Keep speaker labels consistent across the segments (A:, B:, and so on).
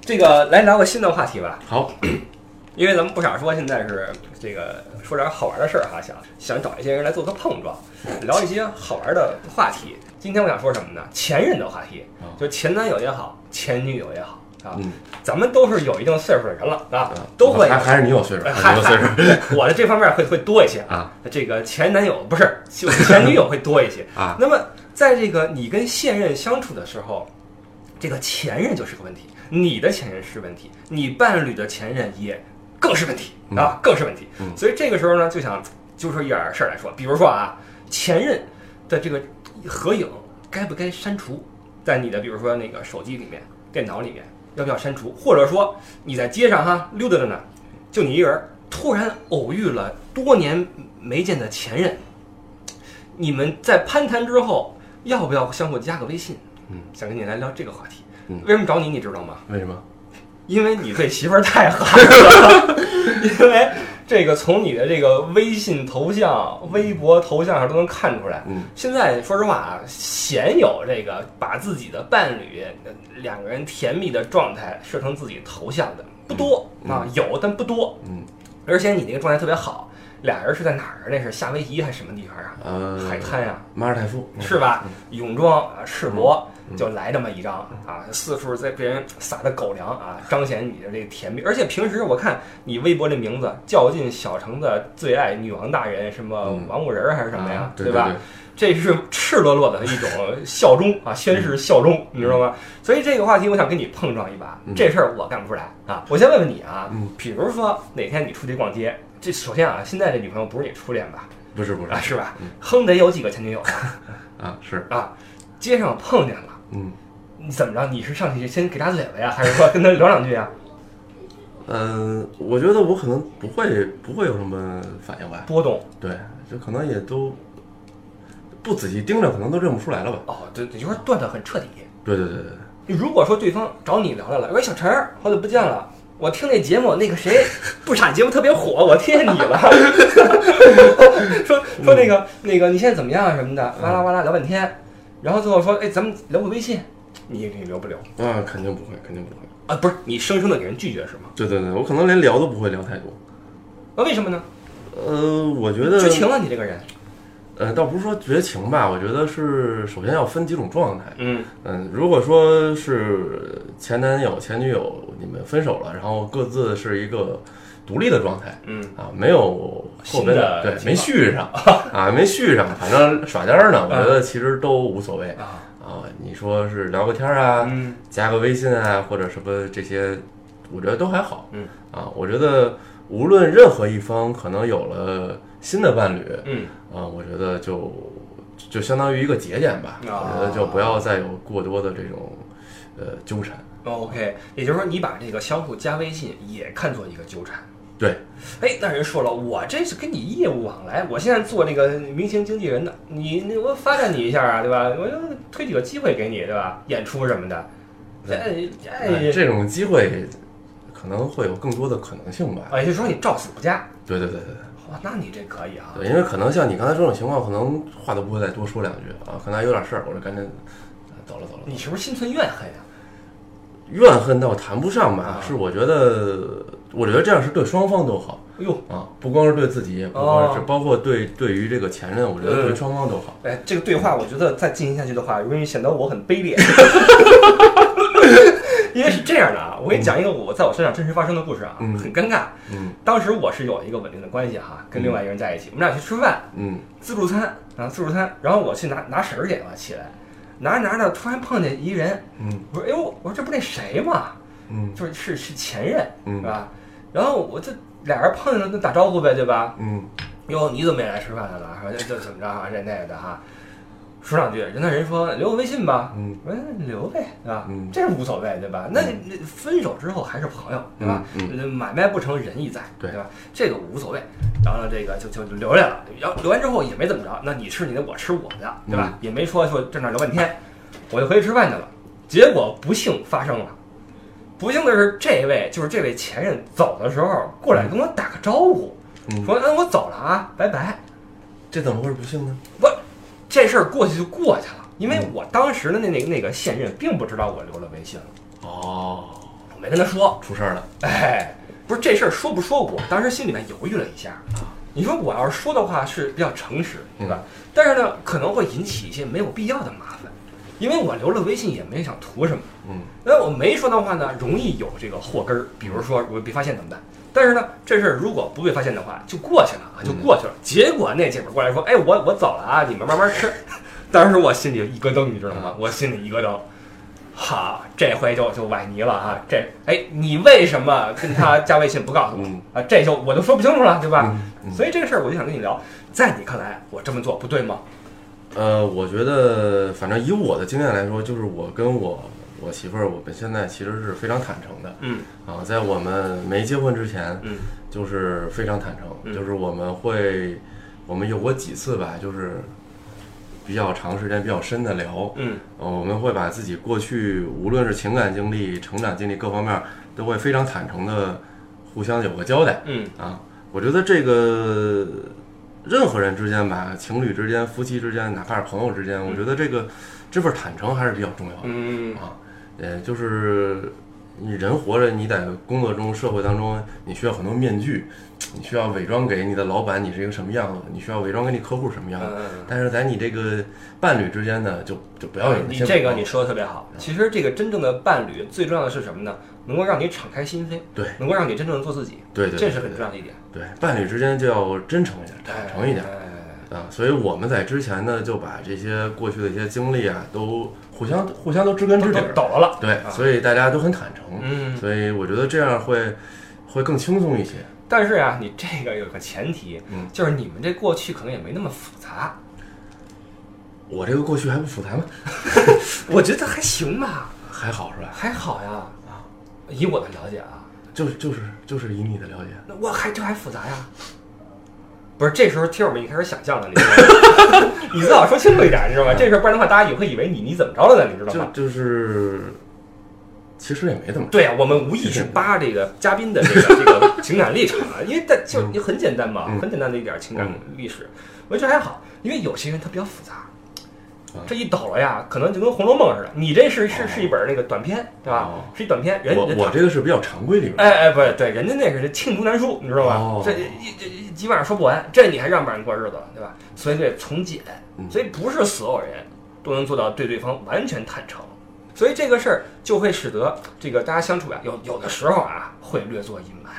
A: 这个来聊个新的话题吧，
B: 好，
A: 因为咱们不想说现在是这个说点好玩的事儿哈，想想找一些人来做个碰撞，聊一些好玩的话题。今天我想说什么呢？前任的话题
B: 哦，
A: 就前男友也好，前女友也好啊，
B: 嗯，
A: 咱们都是有一定岁数的人了啊，都会
B: 呃还还是你有岁数，
A: 哎
B: 还是你有岁数
A: 我的这方面会会多一些
B: 啊。
A: 这个前男友不 是就前女友会多一些
B: 啊
A: 那么在这个你跟现任相处的时候，这个前任就是个问题，你的前任是问题，你伴侣的前任也更是问题啊，更是问题。
B: 嗯
A: 所以这个时候呢，就想揪出一点事儿来说，比如说啊，前任的这个合影该不该删除？在你的比如说那个手机里面、电脑里面，要不要删除？或者说你在街上哈溜达着呢，就你一人儿，突然偶遇了多年没见的前任，你们在攀谈之后，要不要相互加个微信？
B: 嗯，
A: 想跟你来聊这个话题。
B: 嗯
A: 为什么找你，你知道吗？
B: 为什么？
A: 因为你对媳妇儿太好 了，因为这个从你的这个微信头像、微博头像上都能看出来。
B: 嗯，
A: 现在说实话啊，鲜有这个把自己的伴侣呃两个人甜蜜的状态设成自己头像的不多、啊，有但不多。
B: 嗯，
A: 而且你那个状态特别好，俩人是在哪儿啊？那是夏威夷还是什么地方啊？
B: 呃，
A: 海滩呀、
B: 马尔代夫
A: 是吧？
B: 嗯
A: 泳装啊，赤裸就来这么一张啊，四处在被人撒的狗粮啊，彰显你的这个甜蜜。而且平时我看你微博这名字较劲小城的最爱女王大人，什么
B: 嗯
A: 王五仁儿还是什么呀
B: 啊，对
A: 对吧？？这是赤裸裸的一种效忠啊，宣誓效忠，你知道吗？所以这个话题我想跟你碰撞一把，
B: 嗯
A: 这事儿我干不出来啊。我先问问你啊
B: 嗯，
A: 比如说哪天你出去逛街，这首先啊，现在这女朋友不是你初恋吧？
B: 不是不是
A: 啊，是吧？
B: 嗯
A: 哼，得有几个前女友吧？
B: 啊，是
A: 啊，街上碰见了，
B: 嗯
A: 你怎么着？你是上去先给他嘴巴呀，还是说跟他聊两句啊呀？
B: 嗯，呃我觉得我可能不会不会有什么反应吧，
A: 波动
B: 对，就可能也都不仔细盯着，可能都认不出来了吧。
A: 哦，对，也就是断的很彻底。
B: 对对对对对，
A: 如果说对方找你聊来了，喂，小陈儿，好久不见了，我听那节目，那个谁，不傻节目特别火，我听见你了， 说说那个那个你现在怎么样啊什么的，哇啦哇啦聊半天，然后最后说，哎，咱们留个微信，你你留不留？
B: 啊，肯定不会，肯定不会。
A: 啊，不是，你生生的给人拒绝是吗？
B: 对对对，我可能连聊都不会聊太多。
A: 那为什么呢？
B: 呃，我觉得
A: 知情啊了，你这个人，
B: 呃，倒不是说绝情吧，我觉得是首先要分几种状态。
A: 嗯
B: 嗯，如果说是前男友、前女友你们分手了，然后各自是一个独立的状态
A: 嗯，
B: 啊，没有后
A: 新
B: 边
A: 的
B: 对
A: 情
B: 没
A: 况
B: 续上啊，没续上，反正耍单儿呢，我觉得其实都无所谓
A: 啊，
B: 啊。你说是聊个天儿啊，
A: 嗯
B: 加个微信啊，或者什么这些，我觉得都还好。
A: 嗯
B: 啊，我觉得无论任何一方可能有了新的伴侣，
A: 嗯。
B: 啊，我觉得就就相当于一个节点吧，
A: 啊
B: 我觉得就不要再有过多的这种呃纠缠。
A: 哦 OK，也就是说你把这个相互加微信也看作一个纠缠。
B: 对，
A: 哎，那人说了，我这是跟你业务往来，我现在做那个明星经纪人的，你那我发展你一下啊，对吧？我就推几个机会给你，对吧？演出什么的。哎
B: 哎
A: 哎，
B: 这种机会可能会有更多的可能性吧。
A: 啊，也就是说你照死不加，
B: 对对对对
A: 哇，那你这可以啊。
B: 对，因为可能像你刚才这种情况，可能话都不会再多说两句啊，可能还有点事儿，我就赶紧啊走了走了。
A: 你是不是心存怨恨呀、
B: 怨恨倒谈不上吧
A: 啊，
B: 是我觉得，我觉得这样是对双方都好
A: 哎呦，
B: 啊，不光是对自己，不光是
A: 哦
B: 包括对对于这个前任，我觉得对双方都好。
A: 哎，这个对话我觉得再进行下去的话，容易显得我很卑劣。 因为是这样的啊，我给你讲一个我在我身上真实发生的故事啊，
B: 嗯
A: 很尴尬。
B: 嗯
A: 当时我是有一个稳定的关系哈，跟另外一个人在一起，我们俩去吃饭，
B: 嗯
A: 自助餐啊，自助餐，然后我去拿拿绳儿去嘛，起来，拿着拿着，突然碰见一人，
B: 嗯
A: 我说哎呦，我说这不那谁吗？
B: 嗯
A: 就是是是前任，
B: 嗯
A: 是吧？然后我这俩人碰见了，那打招呼呗，对吧？
B: 嗯。
A: 哟，你怎么也来吃饭来了？说这这怎么着啊？这那个的哈，说两句，人那人说留个微信吧，
B: 嗯，
A: 我说哎留呗，对吧？
B: 嗯
A: 这无所谓，对吧？那那分手之后还是朋友，对吧？
B: 嗯
A: 嗯买卖不成仁义在，
B: 对
A: 吧？这个无所谓。然后呢，这个就就就留下来了，然后留完之后也没怎么着，那你吃你的，我吃我的，对
B: 嗯
A: 吧？也没说说正那聊半天，我就回去吃饭去了。结果不幸发生了。不幸的是，这位就是这位前任走的时候过来跟我打个招呼，
B: 嗯
A: 说：“嗯，我走了啊，拜拜。
B: 这怎么会是不幸呢？”
A: 我这事儿过去就过去了，因为我当时的那那那个现任并不知道我留了微信了，
B: 哦，
A: 没跟他说。
B: 出事儿了，
A: 哎，不是这事儿说不说，我当时心里面犹豫了一下。你说我要是说的话是比较诚实，对吧？但是呢，可能会引起一些没有必要的麻烦，因为我留了微信也没想图什么。
B: 嗯，
A: 那我没说的话呢，容易有这个祸根儿，比如说我被发现怎么办？但是呢，这事儿如果不被发现的话，就过去了啊，就过去了。结果那姐们儿过来说：“哎，我我走了啊，你们慢慢吃。”当时我心里一咯噔，你知道吗？我心里一咯噔，哈，这回就就崴泥了啊！这哎，你为什么跟他加微信不告诉我、
B: 嗯
A: 啊？这就我就说不清楚了，对吧？
B: 嗯嗯
A: 所以这个事儿我就想跟你聊，在你看来，我这么做不对吗？
B: 呃，我觉得反正以我的经验来说，就是我跟我我媳妇儿，我们现在其实是非常坦诚的
A: 嗯
B: 啊，在我们没结婚之前，
A: 嗯
B: 就是非常坦
A: 嗯
B: 诚，就是我们会，我们有过几次吧，就是比较长时间、比较深的聊，
A: 嗯
B: 呃，我们会把自己过去无论是情感经历、成长经历各方面，都会非常坦诚的互相有个交代
A: 嗯
B: 啊。我觉得这个任何人之间吧，情侣之间、夫妻之间，哪怕是朋友之间，我觉得这个这份坦诚还是比较重要的
A: 嗯
B: 啊。呃，就是你人活着，你在工作中、社会当中，你需要很多面具，你需要伪装给你的老板你是一个什么样子，你需要伪装给你客户什么样子。
A: 嗯。
B: 但是在你这个伴侣之间呢，就就不要有
A: 啊你
B: 些嗯
A: 这
B: 包
A: 个
B: 袱
A: 你说的特别好。其实这个真正的伴侣最重要的是什么呢？能够让你敞开心扉，
B: 对
A: 能够让你真正的做自己，
B: 对对，
A: 这
B: 对
A: 是很重要的一点。
B: 对伴侣之间就要真诚一点，坦诚一点
A: 哎。
B: 啊。所以我们在之前呢，就把这些过去的一些经历啊，都互相互相都知根
A: 都
B: 知底
A: 都
B: 儿。
A: 抖了了。
B: 对
A: 啊，
B: 所以大家都很坦诚，
A: 嗯，
B: 所以我觉得这样会会更轻松一些。
A: 但是呀、你这个有个前提，
B: 嗯
A: 就是你们这过去可能也没那么复 杂，
B: 我这个过去还不复杂吗？
A: 我觉得还行吧，
B: 还好是吧？
A: 还好呀。
B: 啊
A: 以我的了解啊，
B: 就是就是就是以你的了解，
A: 那我还这还复杂呀。不是，这时候听友们已经开始想象了，你知道吗？ 你最好说清楚一点，你知道吗？这事儿不然的话，大家也会以为你你怎么着了呢？你知道吗
B: 嗯就？就是其实也没怎么
A: 对啊，我们无意去扒这个嘉宾的这个这 个情感历程啊，因为但就是
B: 嗯
A: 也很简单嘛，
B: 嗯
A: 很简单的一点情感历史，我觉得还好，因为有些人他比较复杂
B: 啊，
A: 这一抖了呀，可能就跟《红楼梦》似的。你这是是
B: 哦
A: 是一本那个短篇，对吧
B: 哦？
A: 是一短篇，人
B: 我
A: 人
B: 我这个是比较常规里边，
A: 哎哎，不是，对，人家那个是罄竹难书，你知道吧
B: 哦？
A: 这一这一几晚上说不完，这你还让不让人过日子了，对吧？所以这从简，
B: 嗯
A: 所以不是所有人都能做到对对方完全坦诚，所以这个事儿就会使得这个大家相处啊，有有的时候啊会略作隐瞒，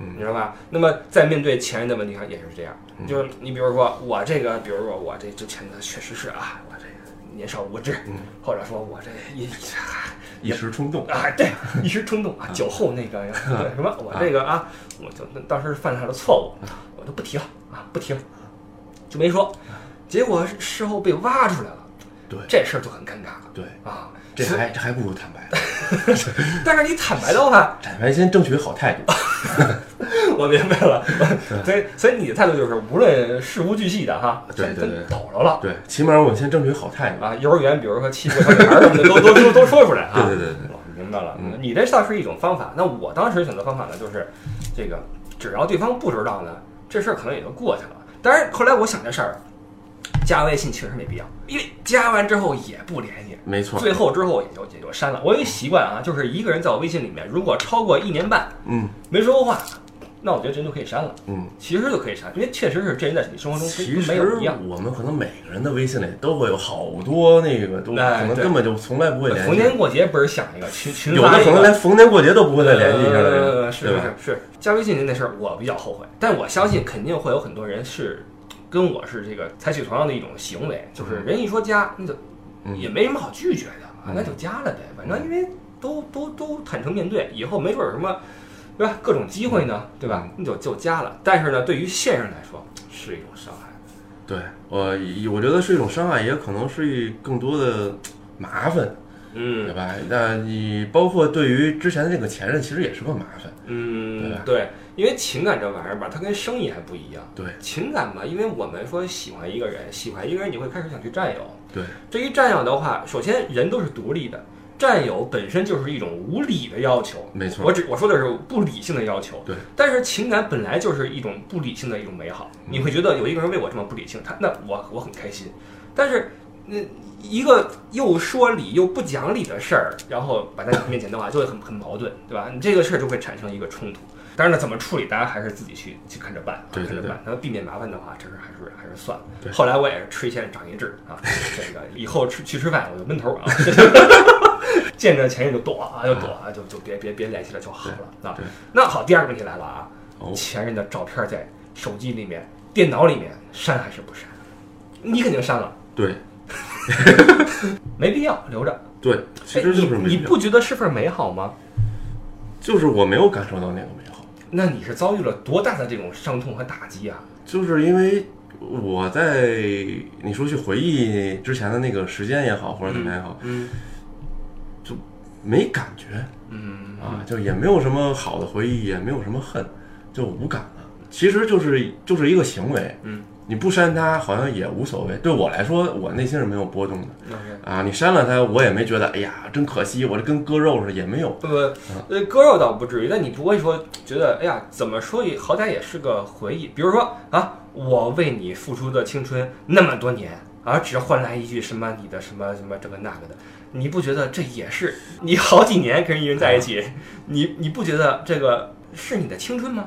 B: 嗯
A: 你知道吧？那么在面对前任的问题上也是这样，
B: 嗯
A: 就是你比如说我这个，比如说我这之前的确实是啊，我这个年少无知，
B: 嗯
A: 或者说我这一。
B: 一时冲动，
A: 哎啊，对，一时冲动啊，酒后那 个什么，我这个啊，我就那当时犯下了错误，我就不提了啊，不提了，就没说。结果是事后被挖出来了，
B: 对
A: 这事儿就很尴尬
B: 对，
A: 啊。
B: 这
A: 所以
B: 还这还不如坦白呢。
A: 但是你坦白的话，
B: 坦白先争取好态度。
A: 啊我明白 了，所以所以你的态度就是，无论事无巨细的哈，
B: 对
A: 真
B: 对
A: 真
B: 对
A: 抖着了
B: 对，起码我们先争取好态度。
A: 啊。幼儿园，比如说欺负小女孩儿什么的，都都都都说出来啊。
B: 对对对
A: 我明白了，
B: 嗯
A: 你这倒是一种方法。那我当时选择方法呢，就是这个，只要对方不知道呢，这事儿可能也就过去了。当然，后来我想这事儿，加微信确实没必要，因为加完之后也不联系，
B: 没错。
A: 最后之后也就也就删了。我有一习惯啊，就是一个人在我微信里面，如果超过一年半
B: 嗯
A: 没说过话，那我觉得这人就可以删了，
B: 嗯，
A: 其实就可以删，因为确实是这人在你生活中跟
B: 其
A: 跟没
B: 实
A: 有一样。
B: 我们可能每个人的微信里都会有好多那个，都
A: 哎
B: 可能
A: 对
B: 根本就从来不会联
A: 逢
B: 系，
A: 年过节不是想一个群群
B: 有
A: 发
B: 的
A: 一
B: 可
A: 个
B: 能连逢年过节都不会再联系一下的那
A: 呃
B: 种，
A: 是
B: 对
A: 是
B: 吧？嗯
A: 是，加微信那事儿我比较后悔，但我相信肯定会有很多人是跟我是这个采取同样的一种行为，就是人一说加，那就
B: 嗯
A: 也没什么好拒绝的，啊
B: 嗯
A: 那就加了呗，反正因为都都都坦诚面对，以后没准有什么。对吧？各种机会呢，
B: 嗯
A: 对吧？那就就加了。但是呢，对于现任来说是一种伤害。
B: 对，我以我觉得是一种伤害，也可能是一更多的麻烦，对
A: 嗯
B: 吧？那你包括对于之前的这个前任，其实也是个麻烦，对
A: 嗯
B: 吧，
A: 对，因为情感这玩意儿吧，它跟生意还不一样。
B: 对
A: 情感吧，因为我们说喜欢一个人，喜欢一个人，你会开始想去占有。
B: 对
A: 至于占有的话，首先人都是独立的，占有本身就是一种无理的要求。
B: 没错
A: 我。只我说的是不理性的要求，
B: 对。
A: 但是情感本来就是一种
B: 嗯
A: 不理性的一种美好，你会觉得有一个人为我这么不理性，他那我我很开心。但是那一个又说理又不讲理的事儿，然后摆在你面前的话，就会很很矛盾，对吧？你这个事儿就会产生一个冲突。当然了，怎么处理，大家还是自己去去看着办，啊，
B: 对对
A: 看着
B: 对
A: 办。那避免麻烦的话，这事儿还是还是算了。
B: 对
A: 后来我也是吃一堑长一智啊，这个以后吃去吃饭我就闷头啊， 见着前任就躲啊，就躲啊，就就别别别联系了就好了啊
B: 对。
A: 那好，第二个问题来了啊，
B: 哦，
A: 前任的照片在手机里面、电脑里面删还是不删？你肯定删了，
B: 对
A: 没必要留着。
B: 对，其实就是
A: 哎你
B: 没
A: 你
B: 必要
A: 不觉得是份美好吗？
B: 就是我没有感受到那个美好，
A: 那你是遭遇了多大的这种伤痛和打击啊？
B: 就是因为我在你说去回忆之前的那个时间也好，或者怎么样也好，
A: 嗯
B: 没感觉
A: 嗯
B: 啊，就也没有什么好的回忆，也没有什么恨，就无感了。其实就是就是一个行为，
A: 嗯，
B: 你不删它好像也无所谓。对我来说，我内心是没有波动的
A: ，OK。
B: 啊。你删了它，我也没觉得，哎呀，真可惜，我这跟割肉似的，也没有。
A: 不不，呃，割肉倒不至于，但你不会说觉得，哎呀，怎么说也好歹也是个回忆。比如说啊，我为你付出的青春那么多年，而、只换来一句什么你的什么什么这个那个的，你不觉得这也是你好几年跟一人在一起，你你不觉得这个是你的青春吗？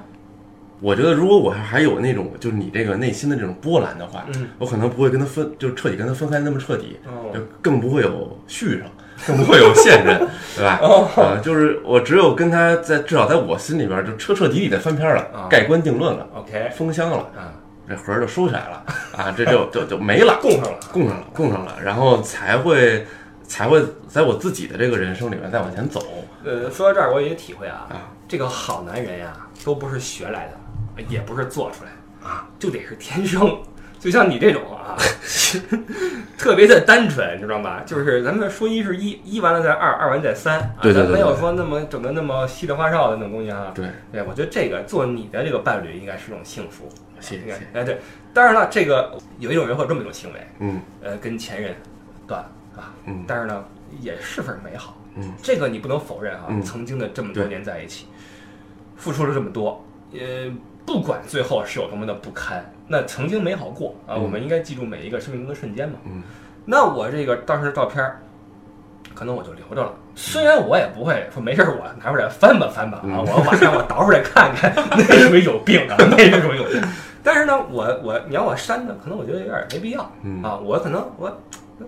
B: 我觉得如果我还有那种就是你这个内心的这种波澜的话，
A: 嗯，
B: 我可能不会跟他分，就彻底跟他分开那么彻底，就
A: 哦，
B: 更不会有续上， 更不会有现任，对吧？
A: 哦
B: 啊，就是我只有跟他在至少在我心里边就彻彻底底的翻篇
A: 啊
B: 了，盖棺定论了，
A: ，OK，
B: 封箱了，
A: 啊，
B: 这盒儿就收起来了啊，这就就就没了，
A: 供上了，
B: 供上了，供上了，然后才会才会在我自己的这个人生里面再往前走
A: 呃，说到这儿，我有一个体会啊，
B: 啊
A: 这个好男人呀、都不是学来的，也不是做出来的啊，就得是天生。就像你这种啊， 特别的单纯，你知道吗？就是咱们说一是一，一完了再二，二完再三，啊、
B: 对对对
A: 咱没
B: 对
A: 有
B: 对
A: 说那么整的那么稀里花哨的那种东西啊。
B: 对，
A: 对，我觉得这个做你的这个伴侣应该是种幸福，
B: 谢
A: 应该
B: 谢，
A: 哎对。当然了，这个有一种人会有这么一种行为，
B: 嗯
A: 呃，跟前任断啊，
B: 嗯
A: 但是呢，也是份美好，
B: 嗯，
A: 这个你不能否认啊，
B: 嗯
A: 曾经的这么多
B: 对
A: 年在一起，付出了这么多，呃，不管最后是有多么的不堪，那曾经美好过啊，
B: 嗯
A: 我们应该记住每一个生命中的瞬间嘛。
B: 嗯，
A: 那我这个当时的照片儿，可能我就留着了，虽然我也不会说没事儿我拿出来翻吧翻吧啊，
B: 嗯
A: 我晚上我倒出来看 看，那是不是有病啊？那是不是有病？但是呢，我我你让我删呢，可能我觉得有点儿没必要
B: 嗯
A: 啊，我可能我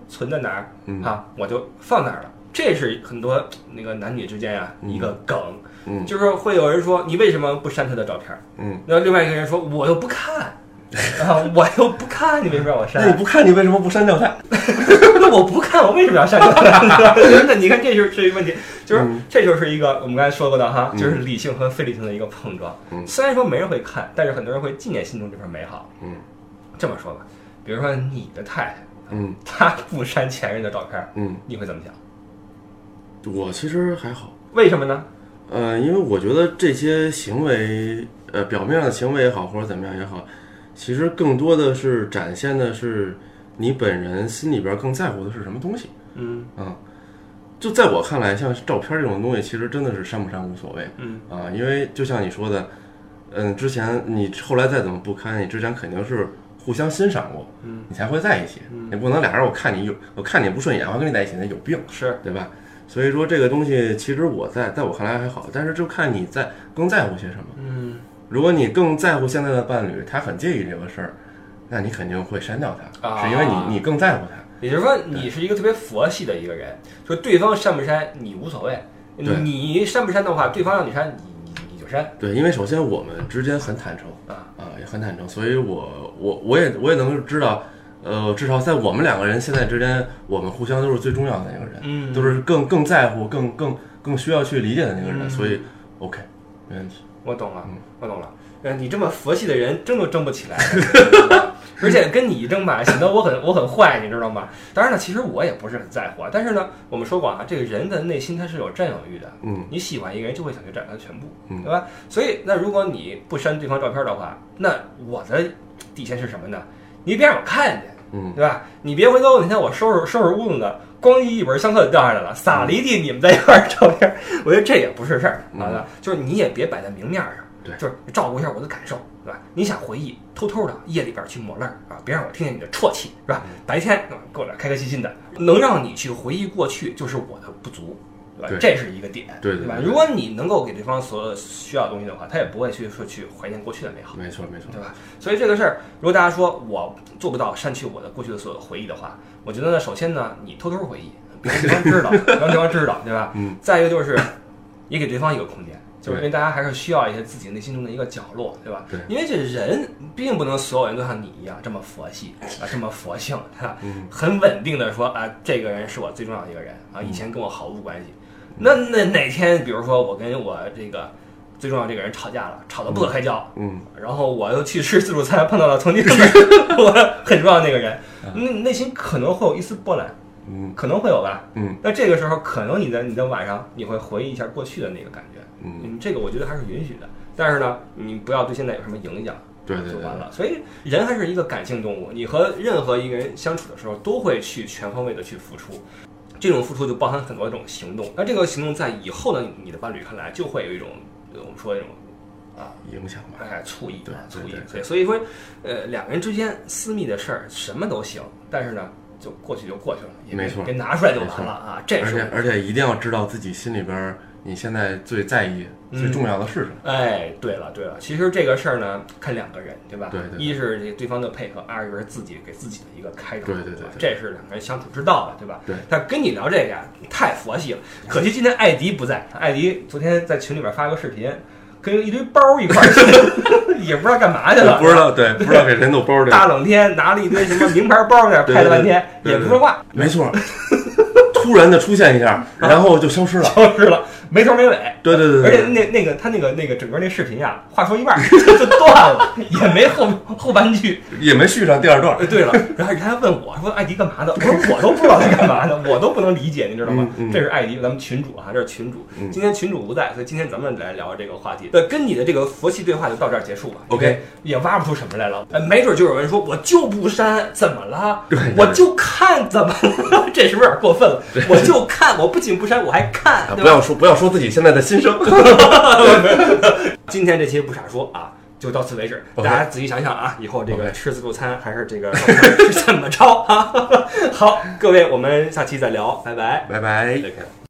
A: 存在哪儿。
B: 嗯
A: 啊，我就放那儿了。这是很多那个男女之间呀、
B: 嗯
A: 一个梗，
B: 嗯
A: 就是会有人说你为什么不删他的照片儿？
B: 嗯，
A: 然后另外一个人说我又不看， 啊，我又不看，你为什么让我
B: 那你
A: 删？
B: 不看你为什么不删掉他？
A: 那我不看，我为什么要删掉 他？那你看，这就是这一个问题，就是、
B: 嗯
A: 这就是一个我们刚才说过的哈，
B: 嗯
A: 就是理性和非理性的一个碰撞。
B: 嗯
A: 虽然说没人会看，但是很多人会纪念心中这份美好。
B: 嗯
A: 这么说吧，比如说你的太太，
B: 嗯
A: 她不删前任的照片儿，
B: 嗯，
A: 你会怎么想？
B: 我其实还好。
A: 为什么呢？
B: 呃，因为我觉得这些行为，呃，表面上的行为也好，或者怎么样也好，其实更多的是展现的是你本人心里边更在乎的是什么东西
A: 嗯
B: 啊。就在我看来，像照片这种东西，其实真的是删不删无所谓
A: 嗯。
B: 啊，因为就像你说的，嗯，之前你后来再怎么不堪，你之前肯定是互相欣赏过，
A: 嗯，
B: 你才会在一起。你不能俩人我看你有，我看你不顺眼，我还跟你在一起，那有病。
A: 是，
B: 对吧？所以说这个东西，其实我在在我看来还好，但是就看你在更在乎些什么。
A: 嗯，
B: 如果你更在乎现在的伴侣，他很介意这个事儿，那你肯定会删掉他，
A: 啊
B: 是因为你你更在乎他。
A: 也就是说你是一个特别佛系的一个人，就是对方删不删你无所谓，
B: 对
A: 你删不删的话，对方让你删，你你你就删
B: 对，因为首先我们之间很坦诚
A: 啊。
B: 啊，也很坦诚，所以我我我也我也能知道，呃，至少在我们两个人现在之间，我们互相都是最重要的那个人，
A: 嗯
B: 都是更更在乎、更更更需要去理解的那个人，
A: 嗯
B: 所以 OK，没问题。
A: 我懂了
B: 嗯，
A: 我懂了。呃，你这么佛系的人，争都争不 起来，而且跟你一争吧，显得我很我很坏，你知道吗？当然了，其实我也不是很在乎啊。但是呢，我们说过啊，这个人的内心他是有占有欲的，
B: 嗯
A: 你喜欢一个人就会想去占有他全部，
B: 嗯
A: 对吧？所以，那如果你不删对方照片的话，那我的底线是什么呢？你别让我看见，
B: 嗯，
A: 对吧？你别回头那天我收拾收拾屋子呢，咣一一本相册就掉下来了， 撒了一地你们在一块儿照片，我觉得这也不是事儿，
B: 嗯
A: 好吧？就是你也别摆在明面上，
B: 对
A: 就是照顾一下我的感受，对吧？你想回忆，偷偷的夜里边去抹泪儿啊，别让我听见你的啜泣，是吧？
B: 嗯
A: 白天啊，跟我这儿开开心心的，能让你去回忆过去，就是我的不足，对吧？
B: 对
A: 这是一个点，
B: 对对
A: 吧？
B: 对对
A: 如果你能够给对方所需要的东西的话，他也不会去说去怀念过去的美好。
B: 没错没错，
A: 对吧？所以这个事儿，如果大家说我做不到删去我的过去的所有的回忆的话，我觉得呢，首先呢，你偷偷回忆，别让对方知道，别让对方知道，对吧？
B: 嗯。
A: 再一个就是，也给对方一个空间，就是因
B: 对
A: 为大家还是需要一些自己内心中的一个角落，对吧？
B: 对
A: 因为这人并不能所有人都像你一样这么佛系啊，这么佛性，对吧？
B: 嗯
A: 很稳定的说啊，这个人是我最重要的一个人啊，以前跟我毫无关
B: 嗯
A: 系。那那哪天，比如说我跟我这个最重要的这个人吵架了，吵得不可开交，
B: 嗯，
A: 然后我又去吃自助餐，碰到了曾经我很重要的那个人，那内心可能会有一丝波澜，
B: 嗯
A: 可能会有吧。
B: 嗯
A: 那这个时候，可能你在你在晚上，你会回忆一下过去的那个感觉，
B: 嗯，
A: 嗯，这个我觉得还是允许的。但是呢，你不要对现在有什么影响，
B: 对对
A: 就
B: 对
A: 完了。所以人还是一个感性动物，你和任何一个人相处的时候，都会去全方位的去付出。这种付出就包含很多种行动，那这个行动在以后的你的伴侣看来，就会有一种呃我们说的那种啊
B: 影响吧，
A: 哎，醋意，
B: 对
A: 啊醋
B: 对
A: 意
B: 对，
A: 对，所以说，呃，两个人之间私密的事儿什么都行，但是呢，就过去就过去了，也别
B: 没错
A: 别拿出来就
B: 没
A: 完
B: 错
A: 了啊。这
B: 而
A: 是
B: 且而且一定要知道自己心里边儿你现在最在意、
A: 嗯
B: 最重要的是什么。
A: 我，哎，对了对了，其实这个事儿呢，看两个人，对吧？
B: 对对对
A: 一是这对方的配合，二是自己给自己的一个开导，
B: 对对对
A: 吧
B: 对
A: 这是两个人相处之道了，对吧？
B: 对。
A: 但跟你聊这个呀，太佛系了。可惜今天艾迪不在，艾迪昨天在群里边发个视频，跟一堆包儿一块儿去， 也不知道干嘛去了，
B: 不知道，对，不知道给谁弄包这
A: 大冷天拿了一堆什么名牌包在那儿
B: 对
A: 拍了半天，
B: 对对
A: 也不说话，
B: 没错，突然的出现一下，然后就消失了。
A: 消失了，没头没尾。
B: 对对对
A: 而
B: 对
A: 且
B: 对，
A: 那那个他那个那个整个那视频呀、话说一半儿就断了， 也没后后半句。
B: 也没续上第二段
A: 呃，。对了，然后人家还问我说艾迪干嘛的？我说我都不知道他干嘛的，我都不能理解，你知道吗？
B: 嗯嗯
A: 这是艾迪，咱们群主啊，这是群主。
B: 嗯
A: 今天群主不在，所以今天咱们来聊这个话题。那跟你的这个佛系对话就到这儿结束吧。
B: OK
A: 因为也挖不出什么来了。呃没准就有人说我就不删，怎么了？
B: 对对
A: 我就看怎么了？ 这是不是有点过分了？我就看，我不仅不删，我还看，
B: 啊
A: 对
B: 不
A: 吧？
B: 要说不要说自己现在的心声。
A: 今天这期不傻说啊，就到此为止。大
B: OK
A: 家仔细想想啊，以后这个
B: OK
A: 吃自助餐还是这个 是怎么着啊？好，各位，我们下期再聊，拜拜。
B: 拜拜。
A: 再见。